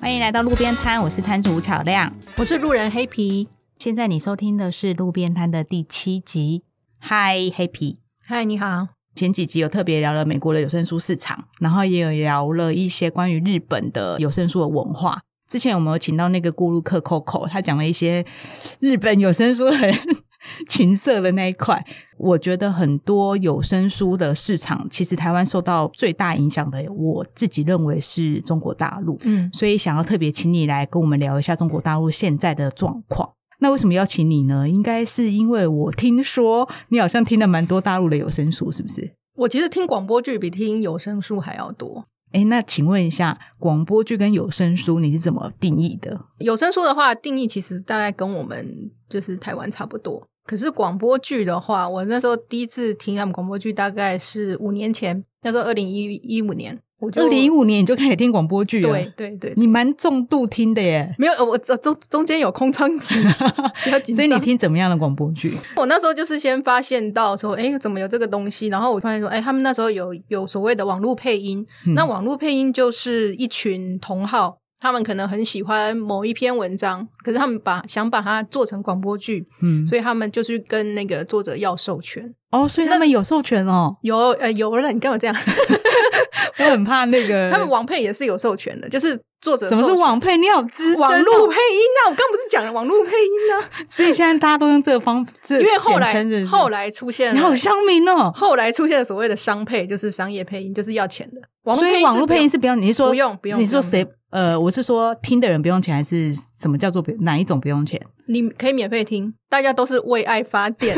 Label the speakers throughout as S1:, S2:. S1: 欢迎来到路边摊，我是摊主吴巧亮。
S2: 我是路人黑皮。
S1: 现在你收听的是路边摊的第七集。嗨，Happy！
S2: 嗨，你好。
S1: 前几集有特别聊了美国的有声书市场，然后也有聊了一些关于日本的有声书的文化。之前我们有请到那个咕噜克 Coco，他讲了一些日本有声书很 情色的那一块。我觉得很多有声书的市场，其实台湾受到最大影响的，我自己认为是中国大陆。
S2: 嗯，
S1: 所以想要特别请你来跟我们聊一下中国大陆现在的状况。那为什么邀请你呢？应该是因为我听说你好像听了蛮多大陆的有声书，是不是？
S2: 我其实听广播剧比听有声书还要多。
S1: 哎，那请问一下，广播剧跟有声书你是怎么定义的？
S2: 有声书的话，定义其实大概跟我们就是台湾差不多。可是广播剧的话，我那时候第一次听他们广播剧，大概是五年前，那时候二零一一五年，我就
S1: 二零一五年你就开始听广播剧了，
S2: 对，对对，
S1: 你蛮重度听的 耶。
S2: 没有呃我中中中间有空窗 期，不要紧张
S1: 所以你听怎么样的广播剧？
S2: 我那时候就是先发现到说，哎、怎么有这个东西？然后我发现说，哎、他们那时候有有所谓的网络配音，
S1: 嗯
S2: 那网络配音就是一群同好，他们可能很喜欢某一篇文章，可是他们把想把它做成广播剧，
S1: 嗯，
S2: 所以他们就去跟那个作者要授权。
S1: 哦，所以他们有授权哦，
S2: 有呃有了，你干嘛这样？
S1: 我很怕那个
S2: 他们网配也是有授权的，就是作者
S1: 什么是
S2: 授权
S1: 网配，你好资深哦
S2: 网络配音啊？我刚不是讲了网络配音啊？
S1: 所以现在大家都用这个方，因
S2: 因为后来后
S1: 来
S2: 来出现
S1: 你好
S2: 了。
S1: 乡民哦，
S2: 后来出现了所谓的商配，就是商业配音，就是要钱的。网络
S1: 所
S2: 配
S1: 以
S2: 音
S1: 网络配音
S2: 是
S1: 是不用，你是说
S2: 不用不用
S1: 你是说
S2: 不用
S1: 谁？呃，我是说听的人不用钱，还是什么叫做不哪一种不用钱？
S2: 不用你可以免费听，大家都是为爱 发电。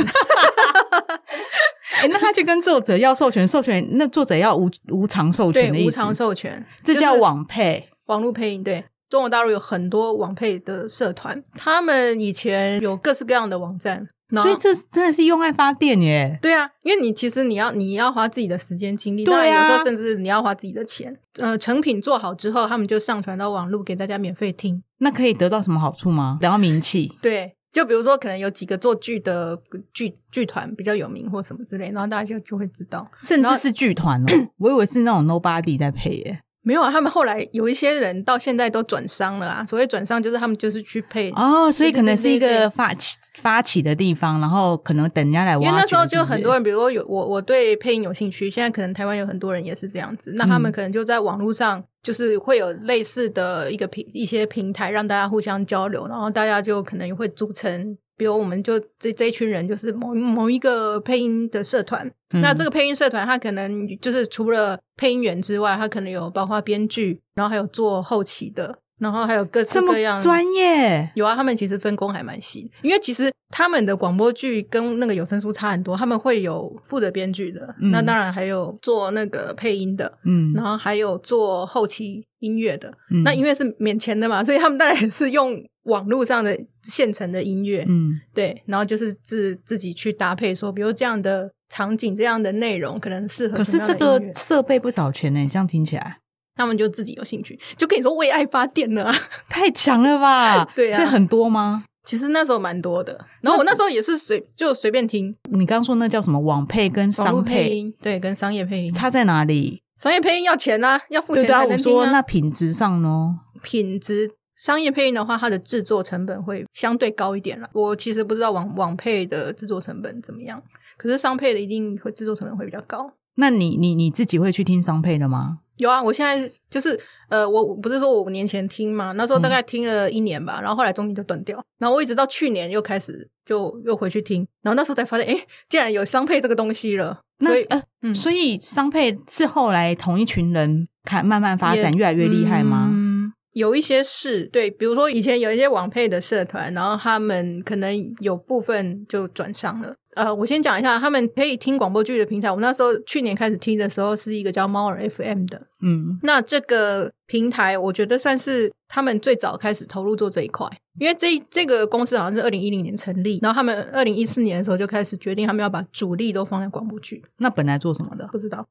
S1: 哎，那他就跟作者要授权，授权那作者要无无偿授权
S2: 对，
S1: 的意
S2: 无
S1: 思，
S2: 偿授权，
S1: 这叫
S2: 就是
S1: 网配。
S2: 网络配音。对，中国大陆有很多网配的社团，他们以前有各式各样的网站，然后
S1: 所以这真的是用爱发电耶！
S2: 对啊，因为你其实你要你要花自己的时间精力，
S1: 对啊
S2: 当然有时候甚至你要花自己的钱。呃，成品做好之后，他们就上传到网络给大家免费听。
S1: 那可以得到什么好处吗？得到名气，
S2: 对，就比如说可能有几个做剧的剧剧团比较有名或什么之类，然后大家就就会知道。
S1: 甚
S2: 然
S1: 至
S2: 后
S1: 是剧团哦。我以为是那种 nobody 在配耶。
S2: 没有啊，他们后来有一些人到现在都转商了啊。所谓转商，就是他们就是去配，
S1: 哦，所以可能是一
S2: 对对对
S1: 个
S2: 对
S1: 发起发起的地方，然后可能等人家来挖
S2: 因
S1: 掘。
S2: 为那时候就很多
S1: 人
S2: 人，比如说有我我对配音有兴趣，现在可能台湾有很多人也是这样子，那他们
S1: 嗯
S2: 可能就在网络上就是会有类似的一个平一些平台，让大家互相交流，然后大家就可能会组成。比如，我们就这这一群人，就是某某一个配音的社团，那这
S1: 个
S2: 个配音社团，它可能就是除了配音员之外，它可能有包括编剧，然后还有做后期的，然后还有各式
S1: 这
S2: 各样
S1: 么专业，
S2: 有啊，他们其实分工还蛮细，因为其实他们的广播剧跟那个有声书差很多，他们会有负责编剧的，
S1: 嗯
S2: 那当然还有做那个配音的，
S1: 嗯
S2: 然后还有做后期音乐的。
S1: 嗯
S2: 那因为是免钱的嘛，所以他们当然也是用网络上的现成的音乐，
S1: 嗯
S2: 对，然后就是自自己去搭配说，比如这样的场景、这样的内容可能适合
S1: 可
S2: 什
S1: 是
S2: 么样
S1: 这
S2: 的音乐。
S1: 个设备不少钱呢，这样听起来
S2: 他们就自己有兴趣，就跟你说为爱发电了啊。
S1: 太强了吧？
S2: 对啊
S1: 所以很多吗？
S2: 其实那时候蛮多的，然后我那时候也是随就随便听，
S1: 你刚刚说那叫什么网配跟
S2: 网络
S1: 商
S2: 配
S1: 配
S2: 音对，跟商业配音，
S1: 差在哪里？
S2: 商业配音要钱啊，要付
S1: 对
S2: 钱
S1: 对啊，
S2: 才
S1: 我
S2: 能听
S1: 说那
S2: 啊。
S1: 品质上呢？
S2: 品质商业配音的话，它的制作成本会相对高一点啦。我其实不知道网网配的制作成本怎么样，可是商配的一定会制作成本会比较高。
S1: 那你你你自己会去听商配的吗？
S2: 有啊，我现在就是呃，我我不是说我五年前听嘛，那时候
S1: 嗯
S2: 大概听了一年吧，然后后来中间就断掉，然后我一直到去年又开始就又回去听，然后那时候才发现，哎，竟然有商配这个东西了，所
S1: 那
S2: 以
S1: 呃，
S2: 嗯
S1: 所以商配是后来同一群人看慢慢发展
S2: 也
S1: 越来越厉害吗？
S2: 嗯，有一些是对，比如说以前有一些网配的社团，然后他们可能有部分就转上了。呃，我先讲一下，他们可以听广播剧的平台。我那时候去年开始听的时候，是一个叫猫耳 FM 的。
S1: 嗯
S2: 那这个平台，我觉得算是他们最早开始投入做这一块，因为这这个公司好像是二零一零年成立，然后他们二零一四年的时候就开始决定，他们要把主力都放在广播剧。
S1: 那本来做什么的？
S2: 不 知道，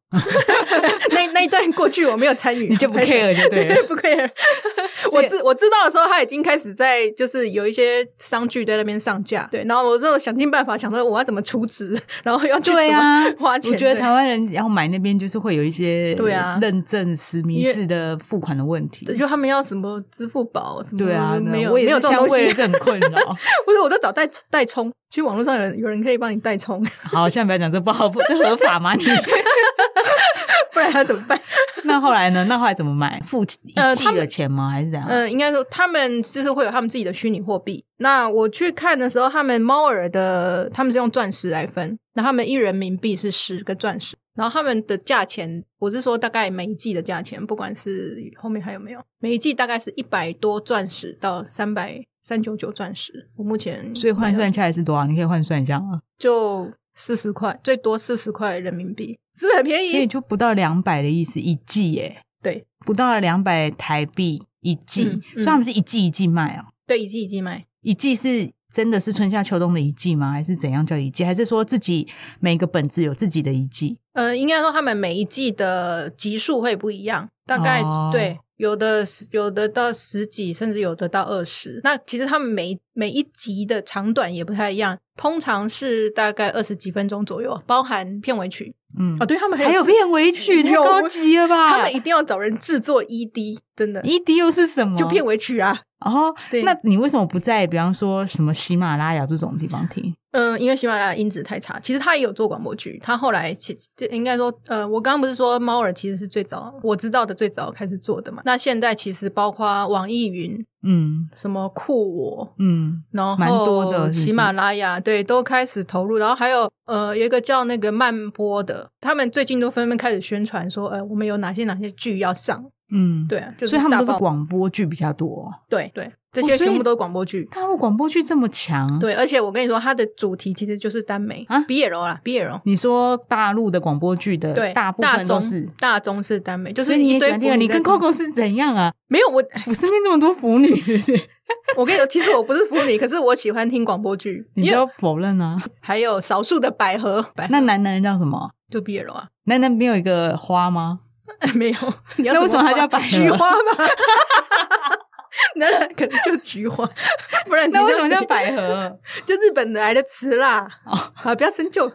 S2: 那那一段过去我没有参与，
S1: 你就不
S2: 开始
S1: care 就对了
S2: 不 care。我知我知道的时候，他已经开始在就是有一些商剧在那边上架，对，然后我就想尽办法想说我要怎么处置，然后要去
S1: 对
S2: 怎
S1: 啊
S2: 么花 钱。
S1: 我觉得
S2: 对
S1: 台湾人要买那边就是会有一些
S2: 对啊
S1: 认证实名制的付款的问题。
S2: 就他们要什么支付宝什么，
S1: 对啊，
S2: 嗯没有
S1: 我
S2: 没
S1: 也
S2: 有
S1: 是
S2: 这种
S1: 像
S2: 东西
S1: 为了，这很困 扰。
S2: 不是我都找代代充，去网络上有人有人可以帮你代充，
S1: 好，现在不要讲这不好，不这合法 吗？你
S2: 不然他怎 么办？
S1: 那后来呢？那后来怎么买？付一
S2: 呃
S1: 季
S2: 他们
S1: 的钱吗？还是怎样？
S2: 嗯，应该说他们就是会有他们自己的虚拟货币。那我去看的时候，他们猫耳的他们是用钻石来分，那他们一人民币是十个钻石，然后他们的价钱，我是说大概每一季的价钱，不管是后面还有没有，每一季大概是一百多钻石到三百三九九钻石。我目前
S1: 所以换
S2: 买
S1: 算
S2: 到
S1: 下来是多少？你可以换算一下吗？
S2: 就四十块，最多四十块人民币，是不是很便
S1: 所以
S2: 宜？
S1: 就不到两百的意思，一季耶，
S2: 对
S1: 不到两百台币一季，
S2: 嗯嗯
S1: 所以他们是一季一季卖哦。
S2: 对，一季一季卖。
S1: 一季是真的是春夏秋冬的一季吗？还是怎样叫一季？还是说自己每个本子有自己的一季？
S2: 呃，应该说他们每一季的集数会不一样，大概、
S1: 哦
S2: 对，有的是有的到十几，甚至有的到二十。那其实他们每每一集的长短也不太一样，通常是大概二十几分钟左右，包含片尾曲。
S1: 嗯，
S2: 哦，对他们
S1: 还有
S2: 有自
S1: 片尾 曲，太
S2: 有
S1: 高级了啊吧？
S2: 他们一定要找人制作 ED，真的
S1: ED 又是什么？
S2: 就片尾曲啊。
S1: 哦，
S2: 对
S1: 那你为什么不在比方说什么喜马拉雅这种地方听？
S2: 嗯，因为喜马拉雅音质太差，其实他也有做广播剧，他后来其就应该说，呃，我刚刚不是说猫耳其实是最早我知道的最早开始做的嘛？那现在其实包括网易云、
S1: 嗯
S2: 什么酷我，
S1: 嗯，
S2: 然后
S1: 蛮多的是不是
S2: 喜马拉雅对都开始投入，然后还有呃有一个叫那个慢播的，他们最近都纷纷开始宣传说，呃，我们有哪些哪些剧要上，
S1: 嗯，
S2: 对、啊，就是
S1: 所以他们
S2: 大
S1: 都是
S2: 爆
S1: 广播剧比较多。
S2: 对对，这
S1: 哦
S2: 些
S1: 所以
S2: 全部都是广播剧。
S1: 大陆广播剧这么强，，
S2: 对，而且我跟你说，它的主题其实就是耽美
S1: 啊
S2: ，BL 啦，BL，
S1: 你说大陆的广播剧的
S2: 对，
S1: 大部
S2: 大
S1: 分都
S2: 中
S1: 是，
S2: 大中是耽美，就
S1: 所
S2: 是
S1: 以你也
S2: 一
S1: 喜
S2: 堆
S1: 欢
S2: 腐
S1: 听啊？
S2: 女
S1: 你
S2: 在
S1: 跟
S2: 谈
S1: Coco 是怎样啊？
S2: 没有我，
S1: 我身边这么多腐女， 是不是
S2: 我跟你说，其实我不是腐女，可 是我喜欢听广播剧，
S1: 你
S2: 因
S1: 不
S2: 为
S1: 要否认啊。
S2: 还有少数的百合，百合
S1: 那男男叫什么？
S2: 就 BL 啊，
S1: 男男没有一个花吗？
S2: 没有，你要
S1: 那为什么它
S2: 花
S1: 叫百合
S2: 菊花吧？ 那可能就菊花， 不然你
S1: 那为什么
S2: 就
S1: 叫百？合？
S2: 就日本来的词啦。
S1: 哦
S2: 啊，不要深究。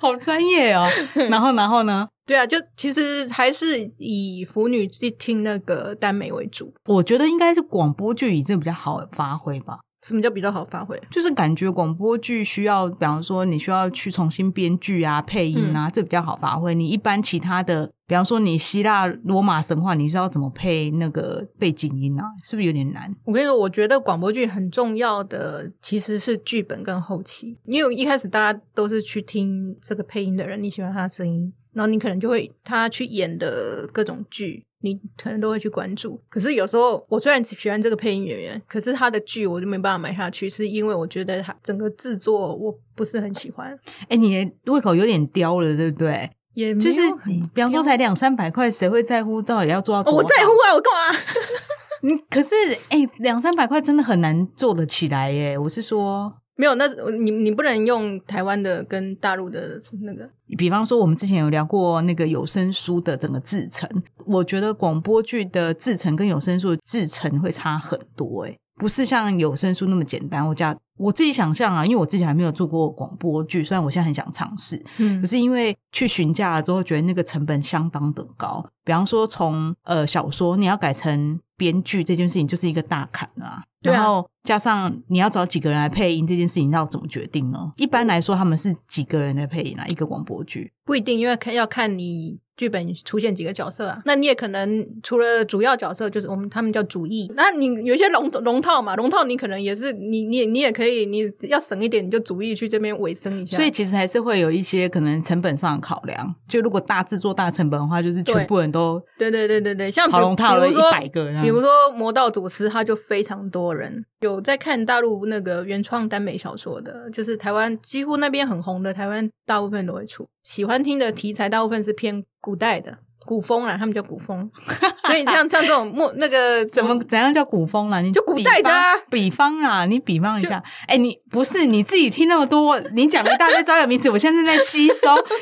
S1: 好专业 哦。然后，然后呢？
S2: 对啊，就其实还是以腐女去听那个耽美为主。
S1: 我觉得应该是广播剧以这比较好发挥吧。
S2: 什么叫比较好发挥？啊
S1: 就是感觉广播剧需要，比方说你需要去重新编剧啊、配音
S2: 嗯
S1: 啊，这比较好发挥。你一般其他的，比方说你希腊罗马神话，你是要怎么配那个背景音啊？是不是有点难？
S2: 我跟你说，我觉得广播剧很重要的其实是剧本跟后期，因为一开始大家都是去听这个配音的人，你喜欢他的声音，然后你可能就会他去演的各种剧，你可能都会去关注。可是有时候，我虽然喜欢这个配音演员，可是他的剧我就没办法买下去，是因为我觉得他整个制作我不是很喜欢，
S1: 哎，你的胃口有点刁了，对不对？
S2: 也
S1: 就是
S2: 很
S1: 比方说才两三百块，谁会在乎到底要做到
S2: 哦
S1: 多、
S2: 我在乎啊，我干嘛？
S1: 你，可是哎，两三百块真的很难做得起来耶。我是说，
S2: 没有，那是你你不能用台湾的跟大陆的那个
S1: 比方说，我们之前有聊过那个有声书的整个制成，我觉得广播剧的制成跟有声书的制成会差很多、欸，不是像有声书那么简单。我讲我自己想象啊，因为我自己还没有做过广播剧，虽然我现在很想尝试，
S2: 嗯
S1: 可是因为去询价了之后，觉得那个成本相当的高。比方说从呃小说你要改成编剧这件事情，就是一个大坎了啊。
S2: 对啊
S1: 然后加上你要找几个人来配音这件事情，要怎么决定呢？一般来说，他们是几个人来配音啊？一个广播剧，
S2: 不一定，因为看要看你剧本出现几个角色啊。那你也可能除了主要角色，就是我们他们叫主义。那你有一些龙龙套嘛，龙套你可能也是你你你也可以，你要省一点，你就主义去这边尾声一下。
S1: 所以其实还是会有一些可能成本上的考量。就如果大制作大成本的话，就是全部人都
S2: 对对对对对，像比
S1: 跑龙套了
S2: 比如说
S1: 100个这啊样
S2: 比如说魔道祖师，他就非常多人有在看大陆那个原创耽美小说的，就是台湾几乎那边很红的，台湾大部分都会出。喜欢听的题材大部分是偏古代的。古风啊啦，他们叫古风， 所以像像这种莫那个
S1: 怎么怎样叫古风啦？你
S2: 就古代的啊
S1: 比方比方啊，你比方一下，哎、你不是你自己听那么多，你讲了一大堆专有名词，我现在正在吸收，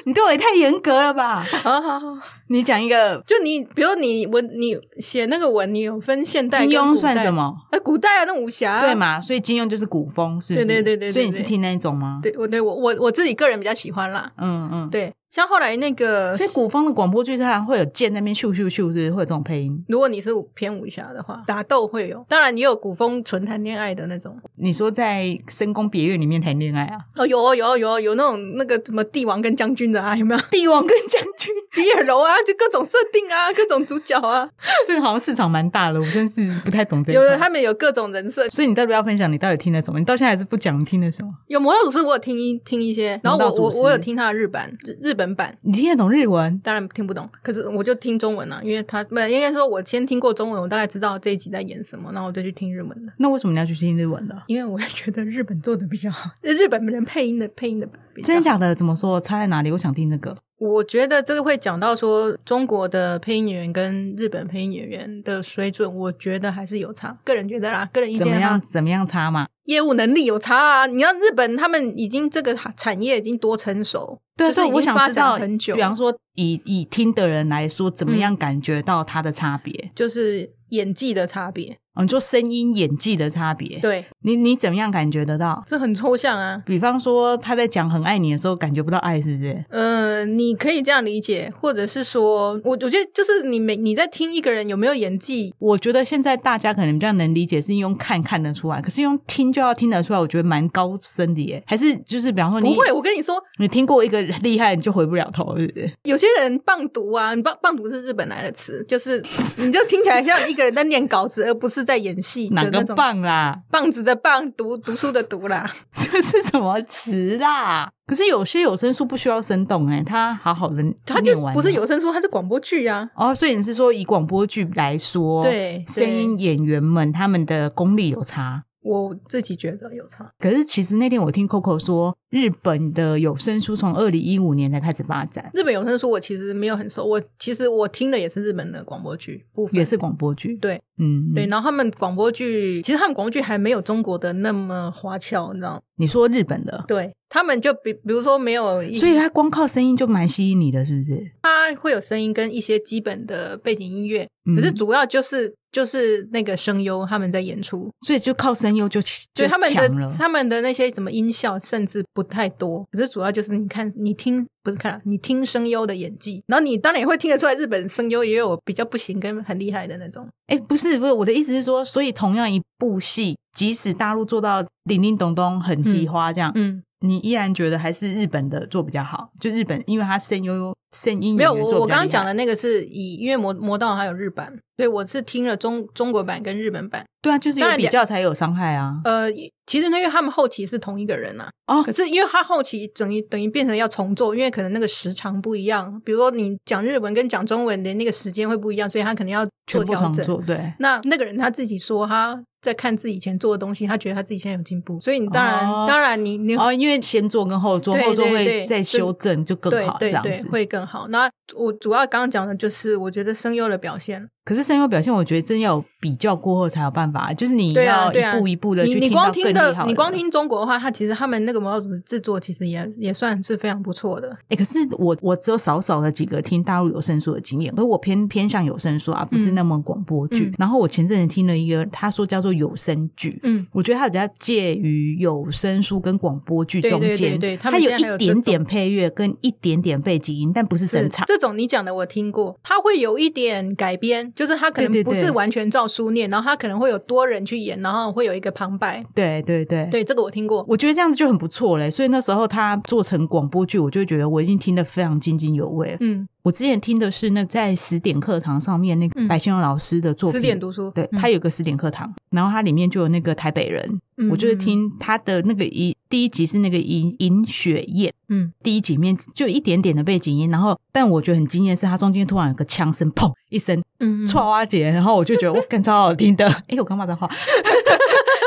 S1: 你对我也太严格了吧？
S2: 好好 好，
S1: 你讲一个
S2: 就你，比如你文，你写那个文，你有分现代
S1: 金
S2: 跟
S1: 庸
S2: 古
S1: 算
S2: 代
S1: 什？么？
S2: 呃，古代啊，那武侠、啊、
S1: 对？嘛？所以金庸就是古风，是不是？
S2: 对对对对对
S1: 所以你是听那一种吗？
S2: 对，我对我我我自己个人比较喜欢啦。
S1: 嗯嗯，
S2: 对，像后来那个，
S1: 所以古风的广播剧它会有剑那边咻咻咻，是不是会有这种配音？
S2: 如果你是偏武侠的话，打斗会有，当然也有古风纯谈恋爱的那种。
S1: 你说在深宫别院里面谈恋爱啊？
S2: 哦，有哦，有哦，有哦，有那种那个什么帝王跟将军的啊， 有没有？
S1: 帝王跟将军，
S2: 比尔楼啊，就各种设定啊，各种主角啊，
S1: 这个好像市场蛮大的，我真是不太懂这一
S2: 有的
S1: 块
S2: 他们有各种人设。
S1: 所以你到底要分享你到底听了什么？你到现在还是不讲你听了什么？
S2: 有魔道祖师，我有听一听一些，然后
S1: 魔道
S2: 我
S1: 祖
S2: 我
S1: 师
S2: 我有听他的日版日日本版，
S1: 你听得懂日文？
S2: 当然听不懂，可是我就听中文啊，因为他不应该说，我先听过中文，我大概知道这一集在演什么，然后我就去听日文的，
S1: 那为什么你要去听日文的？
S2: 因为我觉得日本做的比较 好，日本人配音的配音的比较好
S1: 真的假的？怎么说？差在哪里？我想听这个。
S2: 我觉得这个会讲到说中国的配音演员跟日本配音演员的水准，我觉得还是有差。个人觉得啦，个人意
S1: 怎么
S2: 见
S1: 样？
S2: 啦，
S1: 怎么样差嘛？
S2: 业务能力有差啊。你看日本他们已经这个产业已经多成熟，
S1: 对，
S2: 就是
S1: 所以
S2: 已
S1: 我
S2: 经
S1: 想
S2: 发
S1: 知道，
S2: 展很久，
S1: 比方说以以听的人来说，怎么样感觉到它的差别？
S2: 就是演技的差别，
S1: 嗯，就声音演技的差别。，
S2: 对，
S1: 你你怎么样感觉得到？
S2: 这很抽象啊。
S1: 比方说他在讲很爱你的时候，感觉不到爱，是不是？
S2: 呃，你可以这样理解，或者是说，我我觉得就是你每你在听一个人有没有演技，
S1: 我觉得现在大家可能比较能理解，是用看看得出来，可是用听就要听得出来，我觉得蛮高深的耶。还是就是比方说你
S2: 不会。我跟你说，
S1: 你听过一个厉害，你就回不了头，是不是？
S2: 有些人棒读啊，你棒棒读是日本来的词，就是你就听起来像一个人在念稿子，而不是在演戏
S1: 哪
S2: 的
S1: 个
S2: 那种。
S1: 棒啦？
S2: 棒子的棒，读读书的读啦。
S1: 这是什么词啦？可是有些有声书不需要生动哎、它好好的
S2: 它就
S1: 念完
S2: 不是
S1: 了
S2: 有声书，它是广播剧啊。
S1: 哦，所以你是说以广播剧来说，
S2: 对
S1: 哦声音演员们他们的功力有差。
S2: 我自己觉得有差。
S1: 可是其实那天我听 Coco 说，日本的有声书从二零一五年才开始发展，
S2: 日本有声书我其实没有很熟，我其实我听的也是日本的广播剧部分，
S1: 也是广播剧。
S2: 对
S1: 嗯，
S2: 对。然后他们广播剧，其实他们广播剧还没有中国的那么花俏，你知道吗？
S1: 你说日本的，
S2: 对他们就比比如说没有一，
S1: 所以它光靠声音就蛮吸引你的，是不是？
S2: 它会有声音跟一些基本的背景音乐，
S1: 嗯
S2: 可是主要就是就是那个声优他们在演出，
S1: 所以就靠声优就
S2: 所
S1: 就
S2: 以他们的
S1: 强了。
S2: 他们的那些什么音效甚至不太多，可是主要就是你看你听不是看啊你听声优的演技，然后你当然也会听得出来日本声优也有比较不行跟很厉害的那种，
S1: 哎，不是不是，我的意思是说，所以同样一部戏，即使大陆做到叮叮咚咚很提花这样，
S2: 嗯，
S1: 你依然觉得还是日本的做比较好。就日本，因为它声优声音
S2: 没有
S1: 演员
S2: 我
S1: 做
S2: 我
S1: 嗯比较
S2: 刚刚
S1: 厉
S2: 讲
S1: 害
S2: 的那个是以因为魔魔道还有日版，所以我是听了中中国版跟日本版，
S1: 对啊，就是有
S2: 当然
S1: 比
S2: 两
S1: 较才有伤害啊。
S2: 呃，其实呢，因为他们后期是同一个人啊，
S1: 哦
S2: 可是因为他后期等于等于变成要重做，因为可能那个时长不一样，比如说你讲日文跟讲中文的那个时间会不一样，所以他可能要
S1: 全
S2: 做
S1: 部
S2: 调
S1: 重
S2: 整。
S1: 做，对，
S2: 那那个人他自己说他在看自己以前做的东西，他觉得他自己现在有进步，所以你当然、
S1: 哦
S2: 当然你你、
S1: 哦，因为先做跟后做，
S2: 对
S1: 后做
S2: 对
S1: 会
S2: 对
S1: 再
S2: 就
S1: 修正，就更
S2: 对
S1: 好这
S2: 对
S1: 样
S2: 对
S1: 子。
S2: 会更好。那我主要刚刚讲的就是我觉得声优的表现，
S1: 可是声优表现，我觉得真要有比较过后才有办法，就是你
S2: 对啊
S1: 要
S2: 对啊
S1: 一步一步的
S2: 你
S1: 去
S2: 你
S1: 到
S2: 光
S1: 更
S2: 听
S1: 厉害。
S2: 你光。听中国的话，他其实他们那个魔道组的制作其实也也算是非常不错的。
S1: 哎、可是我我只有少少的几个听大陆有声书的经验，而我偏偏向有声书，而啊不是
S2: 嗯
S1: 那么广播剧。
S2: 嗯
S1: 然后我前阵子听了一个，他说叫做有声剧。
S2: 嗯，
S1: 我觉得它比较介于有声书跟广播剧中
S2: 对对
S1: 间，
S2: 对对他
S1: 它
S2: 们
S1: 有
S2: 现在
S1: 一
S2: 还有
S1: 点
S2: 这种
S1: 点配乐跟一点点背景音，但不是
S2: 是
S1: 整场。
S2: 这种你讲的我听过，它会有一点改编，就是它可
S1: 对对
S2: 能
S1: 对
S2: 不是完全照书念，然后它可能会有多人去演，然后会有一个旁白。
S1: 对对对
S2: 对，这个我听过。
S1: 我觉得这样子就很不错嘞，所以那时候他做成广播剧，我就会觉得我已经听得非常津津有味。
S2: 嗯，
S1: 我之前听的是那个在十点课堂上面那个
S2: 嗯
S1: 白先勇老师的作品，
S2: 十点读书，
S1: 对
S2: 嗯
S1: 他有个十点课堂，然后它里面就有那个台北人，
S2: 嗯
S1: 我就是，听他的那个一第一集是那个尹尹雪燕，
S2: 嗯
S1: 第一集里面就有一点点的背景音，然后但我觉得很惊艳是它中间突然有个枪声，砰一声，
S2: 嗯嗯，
S1: 错花姐，然后我就觉得我更超好听 的，哎、我刚骂脏 话。
S2: 嗯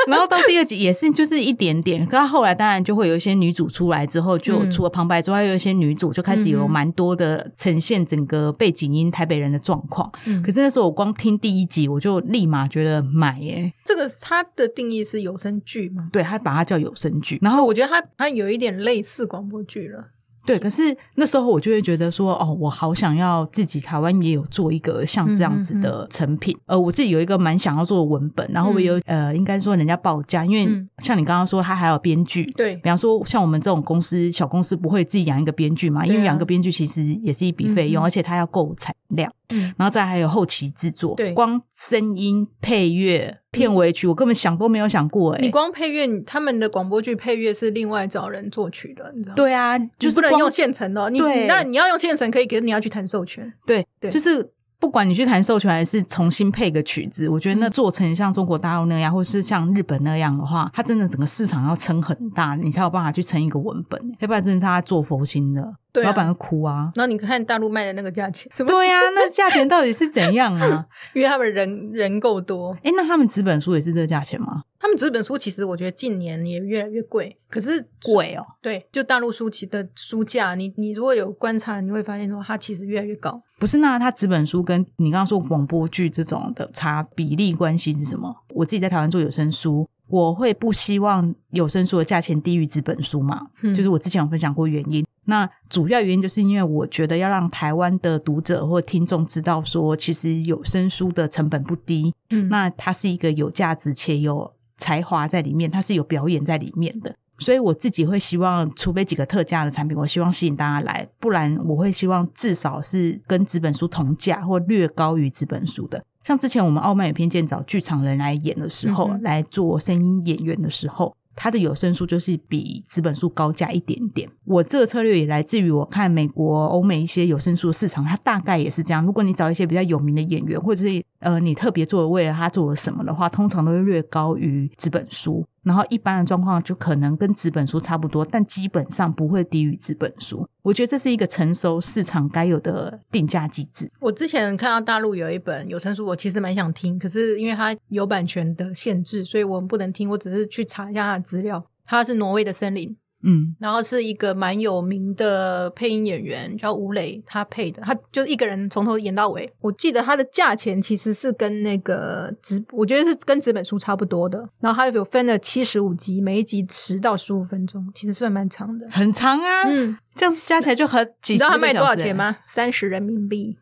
S1: 然后到第二集也是就是一点点，可是后来当然就会有一些女主出来之后，就
S2: 嗯
S1: 除了旁白之外，有一些女主就开始有
S2: 嗯哼
S1: 蛮多的呈现整个背景音台北人的状况。
S2: 嗯
S1: 可是那时候我光听第一集，我就立马觉得买耶、
S2: 这个它的定义是有声剧嘛？
S1: 对他把它叫有声剧，然
S2: 那
S1: 后
S2: 我觉得它它有一点类似广播剧了，
S1: 对，可是那时候我就会觉得说，哦，我好想要自己台湾也有做一个像这样
S2: 嗯
S1: 子的成品。呃，我自己有一个蛮想要做的文本，然后我有、呃，应该说人家报价，因为
S2: 嗯
S1: 像你刚刚说，他还有编剧。
S2: 对
S1: 比方说，像我们这种公司小公司不会自己养一个编剧嘛，因
S2: 对
S1: 为
S2: 啊
S1: 养个编剧其实也是一笔费用，
S2: 嗯嗯
S1: 而且它要购材料。
S2: 嗯，
S1: 然后再还有后期制作，
S2: 对
S1: 光声音、配乐、片尾曲，我根本想都没有想过、欸，
S2: 你光配乐，他们的广播剧配乐是另外找人作曲的，你知道吗？
S1: 对啊，
S2: 你
S1: 就是
S2: 不能
S1: 光
S2: 用现成的哦，你
S1: 对
S2: 当然你要用现成可以，可是你要去谈授权。
S1: 对，
S2: 对
S1: 就是不管你去谈授权还是重新配个曲子，我觉得那
S2: 嗯
S1: 做成像中国大陆那样，或是像日本那样的话，它真的整个市场要撑很大，你才有办法去撑一个文本、要不然真的大家做佛心的，
S2: 对啊啊
S1: 老板会哭啊。
S2: 然后你看大陆卖的那个价钱，怎么？
S1: 对呀、那 价钱到底是怎样 啊？
S2: 因为他们人人够多，
S1: 哎、那他们纸本书也是这个价钱吗？
S2: 他们纸本书其实我觉得近年也越来越贵，可是
S1: 贵哦，
S2: 对，就大陆书籍的书价，你你如果有观察，你会发现说它其实越来越高。
S1: 不是，那它纸本书跟你刚刚说广播剧这种的差比例关系是什么？我自己在台湾做有声书，我会不希望有声书的价钱低于纸本书嘛？
S2: 嗯
S1: 就是我之前有分享过原因。那主要原因就是因为我觉得要让台湾的读者或听众知道说，其实有声书的成本不低，
S2: 嗯
S1: 那它是一个有价值且有才华在里面，它是有表演在里面的。所以我自己会希望，除非几个特价的产品，我希望吸引大家来，不然我会希望至少是跟纸本书同价或略高于纸本书的。像之前我们《傲慢与偏见》找剧场人来演的时候，
S2: 嗯哼
S1: 来做声音演员的时候，他的有声书就是比纸本书高价一点点。我这个策略也来自于我看美国、欧美一些有声书的市场，它大概也是这样。如果你找一些比较有名的演员，或者是呃你特别做为了他做了什么的话，通常都会略高于纸本书。然后一般的状况就可能跟纸本书差不多，但基本上不会低于纸本书。我觉得这是一个成熟市场该有的定价机制。
S2: 我之前看到大陆有一本有声书，我其实蛮想听，可是因为它有版权的限制，所以我们不能听。我只是去查一下它的资料，它是挪威的森林，
S1: 嗯，
S2: 然后是一个蛮有名的配音演员叫吴磊，他配的，他就是一个人从头演到尾。我记得他的价钱其实是跟那个纸，我觉得是跟纸本书差不多的。然后他有分了七十五集，每一集十到十五分钟，其实算蛮长的。
S1: 很长啊，
S2: 嗯，
S1: 这样子加起来就很几
S2: 你
S1: 十
S2: 知
S1: 个小
S2: 道他
S1: 时、欸
S2: 卖多少钱？吗？三十人民币。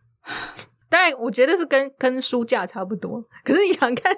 S2: 当然，我觉得是跟跟书价差不多。可是你想看，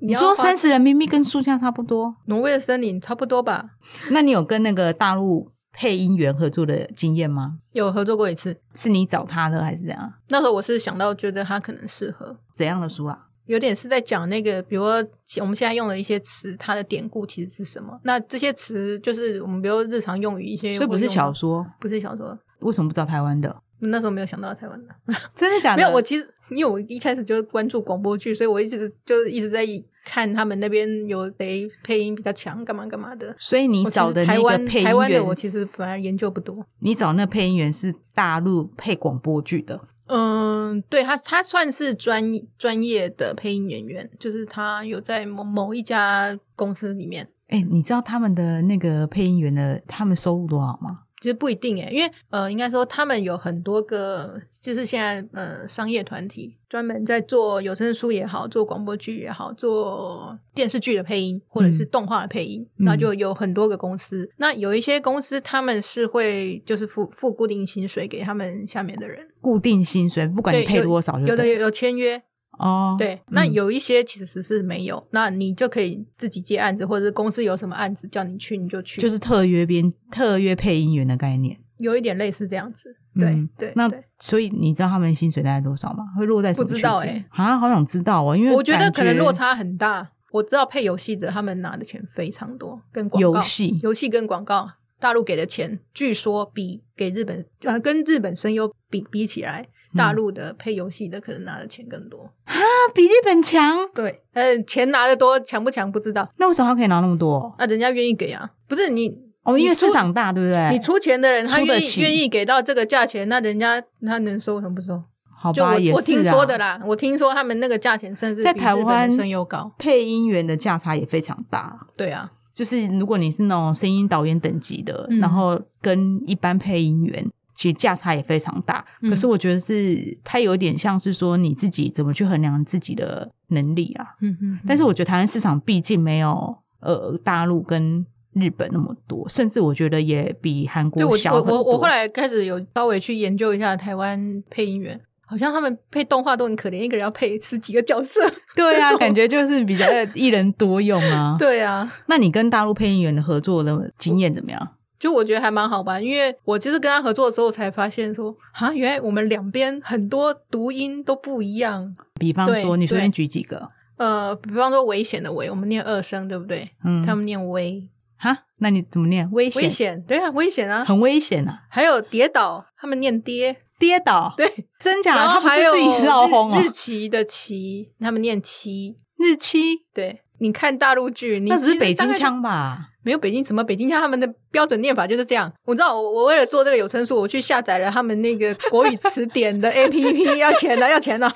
S1: 你
S2: 你
S1: 说三
S2: 十
S1: 十人民币跟书价差不多，
S2: 挪威的森林差不多吧？
S1: 那你有跟那个大陆配音员合作的经验吗？
S2: 有合作过一次，
S1: 是你找他的还是怎样？
S2: 那时候我是想到觉得他可能适合，
S1: 怎样的书啦、
S2: 有点是在讲那个，比如说我们现在用的一些词，它的典故其实是什么？那这些词就是我们比如日常用语一些，
S1: 所以不是小，说，
S2: 不是小说。
S1: 为什么不找台湾的？
S2: 那时候没有想到台湾的，
S1: 真的假的？
S2: 没有。我其实因为我一开始就关注广播剧，所以我一直就一直在看他们那边有谁配音比较强，干嘛干嘛的。
S1: 所以你
S2: 我其实
S1: 找的那
S2: 台
S1: 个
S2: 湾
S1: 配音员，
S2: 台湾的我其实本来研究不多。
S1: 你找那配音员是大陆配广播剧的，
S2: 嗯，对他，他算是专专业的配音演员，就是他有在某某一家公司里面。
S1: 哎、你知道他们的那个配音员的他们收入多少吗？
S2: 其实不一定诶，因为呃，应该说他们有很多个，就是现在呃商业团体专门在做有声书也好，做广播剧也好，做电视剧的配音或者是动画的配音，
S1: 嗯
S2: 那就有很多个公司。那有一些公司他们是会就是付付固定薪水给他们下面的人，
S1: 固定薪水，不管你
S2: 对，
S1: 配
S2: 有
S1: 多少就
S2: 有的
S1: 对
S2: 有有签约，
S1: 哦。
S2: 对，那
S1: 嗯
S2: 有一些其实是没有，那你就可以自己接案子，或者是公司有什么案子叫你去你就去，
S1: 就是特约编特约配音员的概念。
S2: 有一点类似这样子。对、
S1: 嗯
S2: 对，
S1: 那
S2: 对
S1: 所以你知道他们薪水大概多少吗？会落在什么
S2: 不知道
S1: 区间
S2: 欸
S1: 啊，好想知道哦，因为
S2: 我觉得
S1: 感
S2: 可能落差很大。我知道配游戏的他们拿的钱非常多，跟广告
S1: 游戏
S2: 游戏跟广告，大陆给的钱据说比给日本呃跟日本声优比比起来，大
S1: 嗯
S2: 陆的配游戏的可能拿的钱更多。
S1: 啊比日本强，
S2: 对，呃，钱拿的多强不强不知道，
S1: 那为什么他可以拿那么多？
S2: 那、人家愿意给啊，不是你
S1: 哦，
S2: 你
S1: 因为市
S2: 出
S1: 场大，对不对？
S2: 你出钱的人，他
S1: 哎出得
S2: 愿意
S1: 起
S2: 愿意给到这个价钱，那人家他能收为什么不收？
S1: 好
S2: 就
S1: 吧，
S2: 我
S1: 也是
S2: 我听
S1: 啊
S2: 说的啦，我听说他们那个价钱甚至
S1: 在
S2: 比
S1: 台
S2: 日本的
S1: 湾
S2: 声优高。
S1: 配音员的价差也非常大。
S2: 对啊，
S1: 就是如果你是那种声音导演等级的，
S2: 嗯
S1: 然后跟一般配音员，其实价差也非常大。
S2: 嗯
S1: 可是我觉得是它有点像是说你自己怎么去衡量自己的能力啊。
S2: 嗯嗯
S1: 但是我觉得台湾市场毕竟没有呃大陆跟日本那么多，甚至我觉得也比韩
S2: 对
S1: 国
S2: 我
S1: 小
S2: 我
S1: 很多。
S2: 我我后来开始有稍微去研究一下台湾配音员，好像他们配动画都很可怜，一个人要配十几个角色。
S1: 对
S2: 这
S1: 啊，
S2: 种
S1: 感觉就是 比较一人多用啊。
S2: 对啊，
S1: 那你跟大陆配音员的合作的经验怎么样？
S2: 就我觉得还蛮好玩，因为我其实跟他合作的时候才发现说，啊，原来我们两边很多读音都不一样。
S1: 比方说，
S2: 对
S1: 你随
S2: 对
S1: 便举几个，
S2: 呃，比方说危险的危，我们念二声，对不对？
S1: 嗯，
S2: 他们念危，
S1: 哈，那你怎么念？危险，
S2: 危险，对啊，危险啊。
S1: 很危险啊！
S2: 还有跌倒，他们念跌，
S1: 跌倒，
S2: 对。
S1: 真假？
S2: 然
S1: 他
S2: 后
S1: 不是
S2: 还有
S1: 自己闹哄啊
S2: 日日？期的期，他们念期，
S1: 日期，
S2: 对，你看大陆剧，你
S1: 那只
S2: 其
S1: 是
S2: 实
S1: 北
S2: 大
S1: 京
S2: 概就
S1: 腔，吧？
S2: 没有北京什么北京腔，他们的标准念法就是这样。我知道，我我为了做这个有声书，我去下载了他们那个国语词典的 A P P，要钱的要钱的。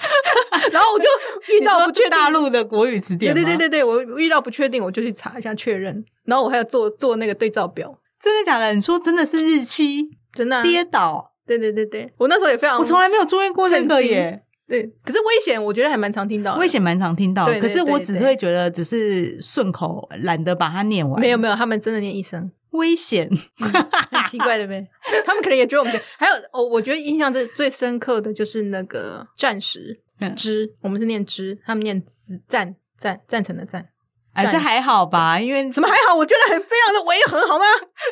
S2: 然后我就遇到不确定，
S1: 大陆的国语词典，
S2: 对对对，对对，我遇到不确定，我就去查一下确认。然后我还要做做那个对照表，
S1: 真的假的？你说真的是日期
S2: 真的、啊。
S1: 跌倒？
S2: 对对对对，我那时候也非常，
S1: 我从来没有注意过这个
S2: 震惊
S1: 耶。
S2: 对，可是危险，我觉得还蛮常听到的。
S1: 我以前蛮常听到的，
S2: 对对
S1: 可是我
S2: 对
S1: 只是
S2: 对
S1: 会觉得只是顺口，懒得把它念完。
S2: 没有没有，他们真的念一声。
S1: 有危险，
S2: 很奇怪的呗。他们可能也觉得我们这还有哦，我觉得印象最最深刻的就是那个战时
S1: 嗯
S2: 之，我们是念之，他们念子赞赞赞成的赞，
S1: 哎，
S2: 暂
S1: 这
S2: 时
S1: 还好吧？因为
S2: 怎么还好？我觉得很非常的违和，好吗？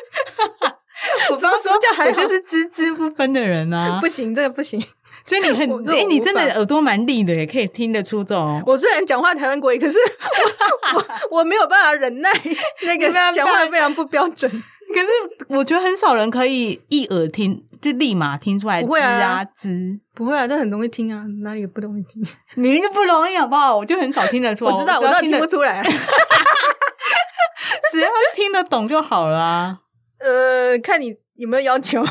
S1: 我
S2: 怎么什么叫还
S1: 我
S2: 好
S1: 就是知之不分的人啊
S2: 不，行，这个不行。
S1: 所以你很
S2: 我这
S1: 哎，
S2: 我
S1: 你
S2: 无
S1: 真的
S2: 法
S1: 耳朵蛮利的耶，也可以听得出这种。
S2: 我虽然讲话台湾国语，可是 我我我没有办法忍耐那个
S1: 没办法
S2: 讲话非常不标准。
S1: 可是我觉得很少人可以一耳听就立马听出来
S2: 不会啊
S1: 知啊知，
S2: 不会啊，这很容易听啊，哪里也不容易听。
S1: 明明就不容易好不好？我就很少听得出来，
S2: 我知道，我
S1: 只
S2: 知
S1: 要
S2: 道
S1: 听
S2: 听
S1: 得
S2: 不出来。啊
S1: 只要听得懂就好了啊。
S2: 呃，看你有没有要求。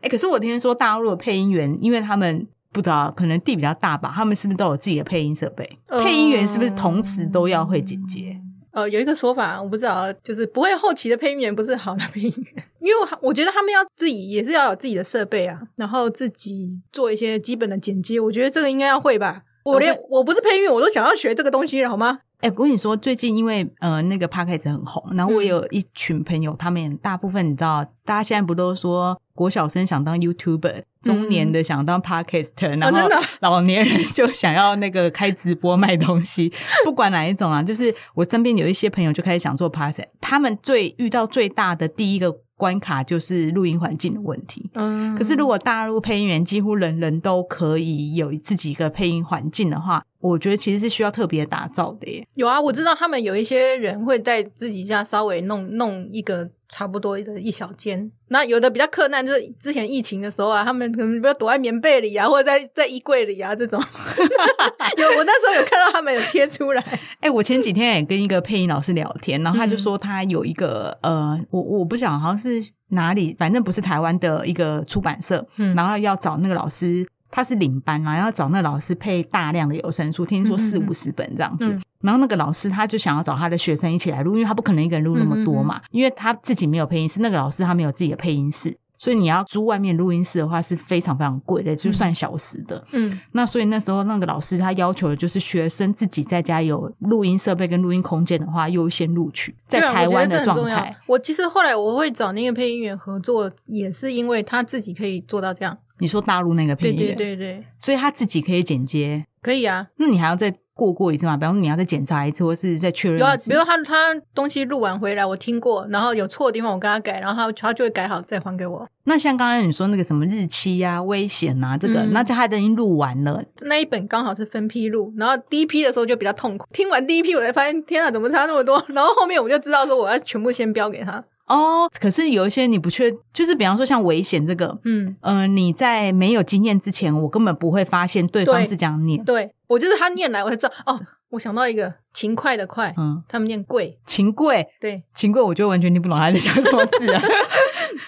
S1: 哎、可是我听说大陆的配音员，因为他们不知道可能地比较大吧，他们是不是都有自己的配音设备？
S2: 嗯
S1: 配音员是不是同时都要会剪接？
S2: 呃，有一个说法我不知道，就是不会后期的配音员不是好的配音员，因为我我觉得他们要自己也是要有自己的设备啊，然后自己做一些基本的剪接，我觉得这个应该要会吧。
S1: 哦
S2: 我连我不是配音员，我都想要学这个东西了，好吗？
S1: 哎、我跟你说，最近因为呃那个 p o d c a s 很红，然后我
S2: 嗯
S1: 也有一群朋友，他们大部分你知道，大家现在不都说国小生想当 YouTuber，中年的想当 Podcaster，、然后
S2: 嗯哦真的
S1: 老年人就想要那个开直播卖东西， 不管哪一种啊，就是我身边有一些朋友就开始想做 Podcast，他们最遇到最大的第一个关卡就是录音环境的问题。
S2: 嗯
S1: 可是如果大陆配音员几乎人人都可以有自己一个配音环境的话，我觉得其实是需要特别打造的耶。
S2: 有啊，我知道他们有一些人会在自己家稍微弄弄一个差不多的一小间。那有的比较困难，就是之前疫情的时候啊，他们可能比如躲在棉被里啊，或者在在衣柜里啊这 种。有，我那时候有看到他们有贴 出来。
S1: 哎、我前几天也跟一个配音老师聊天，然后他就说他有一个、呃，我我不想好像是哪里，反正不是台湾的一个出版社，
S2: 嗯
S1: 然后要找那个老师，他是领班啦，要找那个老师配大量的有声书，听说
S2: 嗯嗯嗯
S1: 四五十本这样子。
S2: 嗯
S1: 然后那个老师他就想要找他的学生一起来录，因为他不可能一个人录那么
S2: 嗯
S1: 多嘛，因为他自己没有配音室，那个老师他没有自己的配音室。所以你要租外面录音室的话是非常非常贵的，就算小时的。
S2: 嗯，
S1: 那所以那时候那个老师他要求的就是学生自己在家有录音设备跟录音空间的话，优先录取在
S2: 对啊
S1: 台湾的状。
S2: 我觉得这很重
S1: 态
S2: 要。我其实后来我会找那个配音员合作，也是因为他自己可以做到这样。
S1: 你说大陆那个配
S2: 对
S1: 音员，
S2: 对对对，
S1: 所以他自己可以剪接，
S2: 可以啊。
S1: 那你还要再过过一次嘛？比方说你要再检查一次，或嗯是再确认
S2: 有啊，
S1: 一
S2: 比
S1: 次。
S2: 如他他东西录完回来，我听过，然后有错的地方我跟他改，然后他他就会改好再还给我。
S1: 那像刚刚你说那个什么日期呀、危险啊，这个，
S2: 嗯
S1: 那就他已经录完了，
S2: 那一本刚好是分批录，然后第一批的时候就比较痛苦，听完第一批我才发现，天啊，怎么差那么多？然后后面我就知道说我要全部先标给他。
S1: 哦，可是有一些你不确，就是比方说像危险这个，
S2: 嗯，
S1: 呃，你在没有经验之前，我根本不会发现对方
S2: 对
S1: 是这样念，
S2: 对我就是他念来我才知道哦，我想到一个勤快的快，
S1: 嗯，
S2: 他们念贵，
S1: 秦贵，
S2: 对
S1: 秦贵，我就完全听不懂他在讲什么字 啊。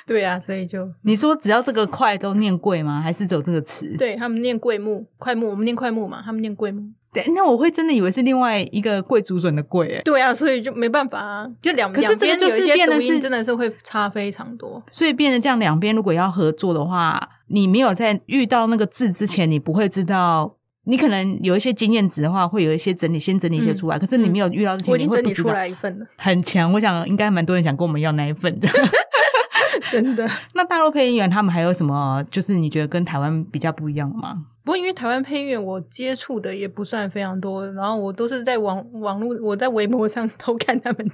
S2: 对啊，所以就
S1: 你说只要这个快都念贵吗？还是只有这个词？
S2: 对他们念桂木，快木，我们念快木嘛，他们念桂木。
S1: 对，那我会真的以为是另外一个贵族准的贵，哎，
S2: 对啊，所以就没办法啊，就两
S1: 可是
S2: 两
S1: 这个
S2: 边
S1: 就
S2: 有
S1: 是
S2: 一些
S1: 变得
S2: 读
S1: 是
S2: 音真的是会差非常 多。
S1: 所以变得这样，两边如果要合作的话，你没有在遇到那个字之前，你不会知道你可能有一些经验值的话，会有一些整理，先整理一些出来。可是你没有遇到这些，
S2: 嗯我已经
S1: 你会
S2: 整
S1: 不
S2: 理
S1: 知
S2: 出
S1: 道。
S2: 来一份了，
S1: 很强，我想应该蛮多人想跟我们要那一份的。
S2: 真的。
S1: 那大陆配音员他们还有什么？就是你觉得跟台湾比较不一样的吗？
S2: 不过因为台湾配音员我接触的也不算非常多，然后我都是在网网络我在微博上 偷看他们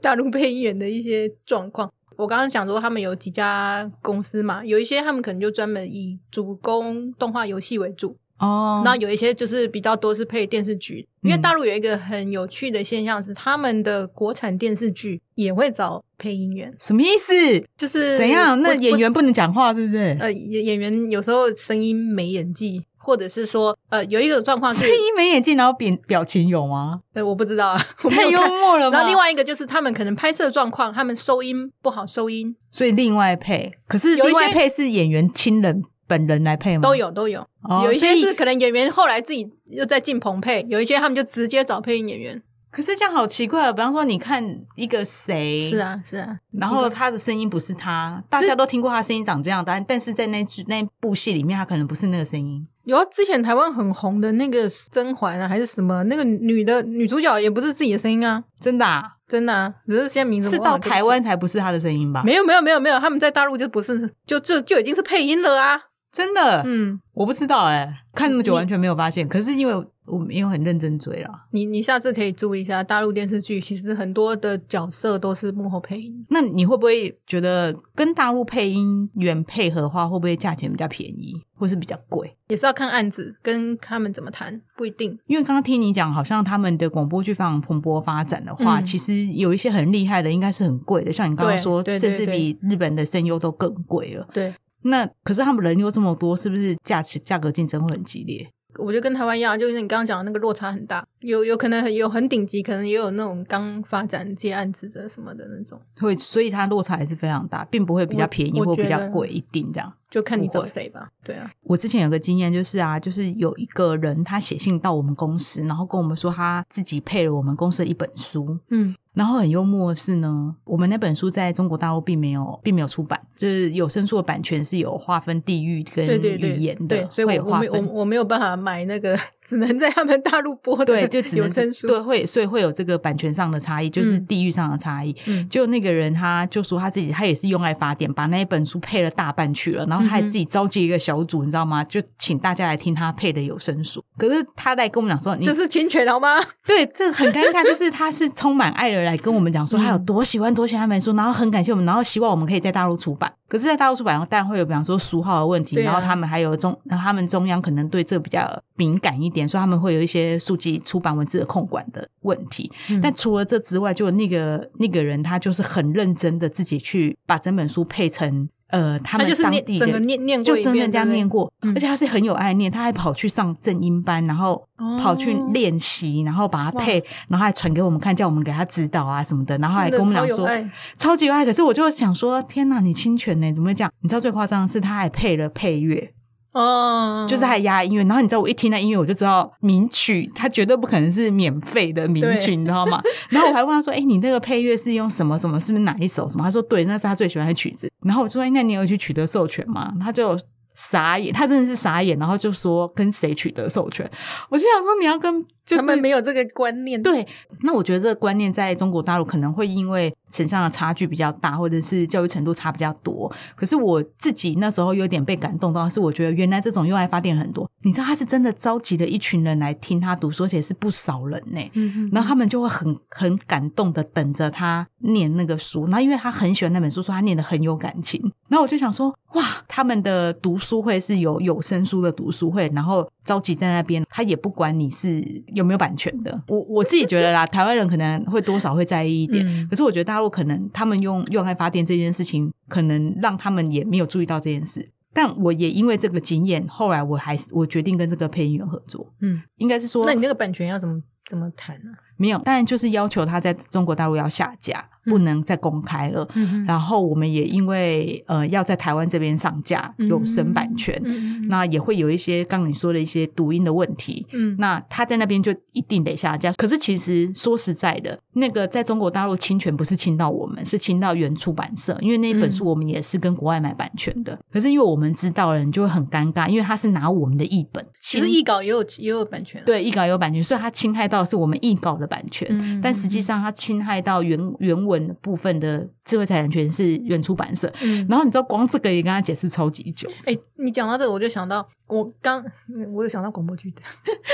S2: 大陆配音员的一些状况。我刚刚讲说他们有几家公司嘛，有一些他们可能就专门以主攻动画游戏为主，
S1: 哦
S2: 那有一些就是比较多是配电视剧，因为
S1: 嗯
S2: 大陆有一个很有趣的现象是，他们的国产电视剧也会找配音员，
S1: 什么意思？
S2: 就是
S1: 怎样？那演员
S2: 不
S1: 不能讲话是不是？
S2: 呃演演员有时候声音没演技，或者是说呃有一个状况是
S1: 声，音没演技，然后表表情有吗？
S2: 呃我不知道啊， 我没
S1: 太
S2: 有
S1: 幽
S2: 看。
S1: 默了吧！
S2: 然后另，外一个就是他们可能拍摄状况，他们收音不好，收音
S1: 所以另外配，可是
S2: 有
S1: 另
S2: 一些
S1: 外配是演员亲人本人来配吗？
S2: 都，有都有，
S1: 嗯哦、
S2: 有一
S1: 所
S2: 些
S1: 以
S2: 是可能演员后来自己又在进棚配，有一些他们就直接找配音演员。
S1: 可是这样好奇怪哦。比方说，你看一个谁
S2: 是，啊是啊，
S1: 然后他的声音不是他，大家都听过他声音长这样，但但是在那剧那部戏里面，他可能不是那个声音。
S2: 有啊，之前台湾很红的那个甄嬛啊，还是什么那个女的女主角也不是自己的声音啊，
S1: 真的、啊、
S2: 真的啊，只是现在名字
S1: 是
S2: 我忘
S1: 到
S2: 了
S1: 台湾才不是他的声音吧？
S2: 对不起没有没有没有没有，他们在大陆就不是就就就已经是配音了啊，
S1: 真的，
S2: 嗯，
S1: 我不知道哎、看那么久
S2: 你
S1: 完全没有发现。可是因为我没有很认真追了，
S2: 你你下次可以注意一下大陆电视剧，其实很多的角色都是幕后配音，
S1: 那你会不会觉得跟大陆配音员配合的话，会不会价钱比较便宜，或是比较贵？
S2: 也是要看案子跟他们怎么谈，不一定。
S1: 因为刚刚听你讲，好像他们的广播剧非常蓬勃发展的话，
S2: 嗯
S1: 其实有一些很厉害的，应该是很贵的。像你刚刚
S2: 对
S1: 说，
S2: 对对
S1: 甚至比日本的声优都更贵了。
S2: 对，
S1: 那可是他们人又这么多，是不是价钱价格竞争会很激烈？
S2: 我就跟台湾一样，就是你刚刚讲的那个落差很大，有有可能很有很顶级，可能也有那种刚发展接案子的什么的那种，
S1: 会，所以它落差还是非常大，并不会比较便宜
S2: 我
S1: 或
S2: 我
S1: 比
S2: 觉
S1: 较
S2: 得
S1: 贵一定这样。
S2: 就看你
S1: 不会
S2: 找谁吧。对啊，
S1: 我之前有个经验就是啊，就是有一个人他写信到我们公司，然后跟我们说他自己配了我们公司的一本书，
S2: 嗯，
S1: 然后很幽默的是呢，我们那本书在中国大陆并没有并没有出版，就是有声书的版权是有划分地域跟
S2: 对对对，
S1: 语言的，
S2: 对，所以
S1: 会
S2: 我
S1: 划
S2: 我没我
S1: 分。
S2: 我没有办法买那个，只能在他们大陆播的，
S1: 对， 就只能
S2: 有声书，
S1: 对，会所以会有这个版权上的差异，就是
S2: 嗯
S1: 地域上的差异。
S2: 嗯
S1: 就那个人，他就说他自己，他也是用爱发电，把那一本书配了大半去了，然后他还
S2: 嗯哼
S1: 自己召集一个小组，你知道吗？就请大家来听他配的有声书。可是他在跟我们讲说，你
S2: 这是侵权好吗？
S1: 对，这很尴尬，就是他是充满爱的来跟我们讲说
S2: 嗯
S1: 他有多喜欢多喜欢那本书，然后很感谢我们，然后希望我们可以在大陆出版。可是，在大陆出版，当然会有比方说书号的问题，
S2: 对啊
S1: 然后他们还有中，然后他们中央可能对这比较敏感一点，所以他们会有一些书籍出版文字的控管的问题。
S2: 嗯
S1: 但除了这之外，就那个那个人他就是很认真的自己去把整本书配成。呃，他
S2: 他
S1: 们
S2: 就是
S1: 当
S2: 念
S1: 地
S2: 整
S1: 的
S2: 个念念
S1: 就
S2: 过一
S1: 真的
S2: 遍，
S1: 人家
S2: 对不对
S1: 念过，
S2: 嗯
S1: 而且他是很有爱念，他还跑去上正音班，然后
S2: 哦
S1: 跑去练习，然后把它配，然后还传给我们看，叫我们给他指导啊什么的，然后还
S2: 真的
S1: 跟我们
S2: 超
S1: 俩
S2: 有
S1: 说
S2: 爱
S1: 超级有爱。可是我就想说，天哪，你侵权呢、怎么会这样？你知道最夸张的是，他还配了配乐，
S2: 哦，
S1: 就是还压音乐。然后你知道，我一听那音乐，我就知道名曲，它绝对不可能是免费的名曲，
S2: 对
S1: 你知道吗？然后我还问他说：“哎、你那个配乐是用什么什么？是不是哪一首什么？”他说：“对，那是他最喜欢的曲子。”然后我就说：“哎那你有去取得授权吗？”他就。傻眼，他真的是傻眼，然后就说跟谁取得授权？我就想说你要跟就是
S2: 他们没有这个观念，
S1: 对，那我觉得这个观念在中国大陆可能会因为城乡的差距比较大，或者是教育程度差比较多。可是我自己那时候有点被感动到，是我觉得原来这种用爱发电很多。你知道他是真的召集了一群人来听他读书，而且是不少人呢、
S2: 嗯，嗯
S1: 然后他们就会很很感动的等着他念那个书，那因为他很喜欢那本书，说他念的很有感情。然后我就想说，哇，他们的读书会是有有声书的读书会，然后召集在那边，他也不管你是有没有版权的。我我自己觉得啦，台湾人可能会多少会在意一点，
S2: 嗯
S1: 可是我觉得大陆可能他们用用爱发电这件事情，可能让他们也没有注意到这件事。但我也因为这个经验，后来我还是我决定跟这个配音员合作。
S2: 嗯，
S1: 应该是说，
S2: 那你那个版权要怎么怎么谈呢？
S1: 没有，当然就是要求它在中国大陆要下架，
S2: 嗯
S1: 不能再公开了。
S2: 嗯
S1: 然后我们也因为呃要在台湾这边上架，有审版权，
S2: 嗯
S1: 那也会有一些刚你说的一些读音的问题。
S2: 嗯
S1: 那他在那边就一定得下架。可是其实说实在的，那个在中国大陆侵权不是侵到我们，是侵到原出版社，因为那一
S2: 嗯
S1: 本书我们也是跟国外买版权的。可是因为我们知道了，你就会很尴尬，因为他是拿我们的译本，
S2: 其实译稿也有也有版权啊，
S1: 对译稿有版权，所以他侵害到的是我们译稿的版权。
S2: 嗯，
S1: 但实际上，它侵害到原原文部分的智慧财产权是原出版社。
S2: 嗯，
S1: 然后你知道，光这个也跟他解释超级 久，
S2: 哎、你讲到这个，我就想到我刚，嗯我有想到广播剧的，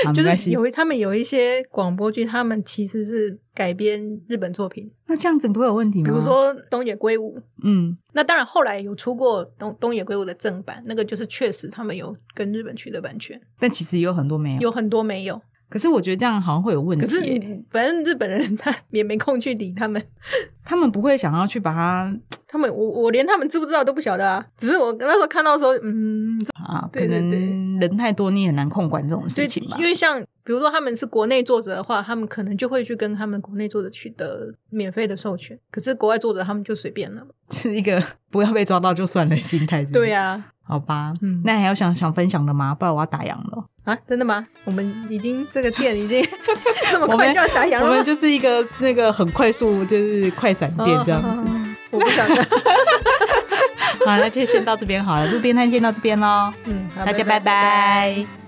S1: 啊没
S2: 就
S1: 关
S2: 是
S1: 系
S2: 有一他们有一些广播剧，他们其实是改编日本作品，
S1: 那这样子不会有问题吗？
S2: 比如，说东野圭吾。
S1: 嗯，
S2: 那当然，后来有出过东东野圭吾的正版，那个就是确实他们有跟日本取得版权，
S1: 但其实也有很多没有。
S2: 有很多没有。
S1: 可是我觉得这样好像会有问题
S2: 可
S1: 耶。
S2: 是反正日本人 他也没空去理他们，
S1: 他们不会想要去把它
S2: 他们我我连他们知不知道都不晓得啊。只是我那时候看到说，嗯，
S1: 啊，
S2: 对对
S1: 可能人太多，你也很难控管这种
S2: 所以
S1: 事情吧
S2: 因。为像比如说他们是国内作者的话，他们可能就会去跟他们国内作者取得免费的授权，可是国外作者他们就随便了。
S1: 是一个不要被抓到就算了的心态，是不是
S2: 对、呀、
S1: 好吧。
S2: 嗯
S1: 那还有想想分享的吗？不然我要打烊了。
S2: 啊，真的吗？我们已经这个店已经 这么
S1: 我
S2: 快
S1: 们
S2: 就要打烊
S1: 我
S2: 了
S1: 们
S2: 吗，
S1: 就是一个那个很快速，就是快闪
S2: 哦
S1: 店这样子。
S2: 好好好我不想的。
S1: 好了，就先到这边好了，路边摊先到这边喽，
S2: 嗯，好
S1: 大家拜拜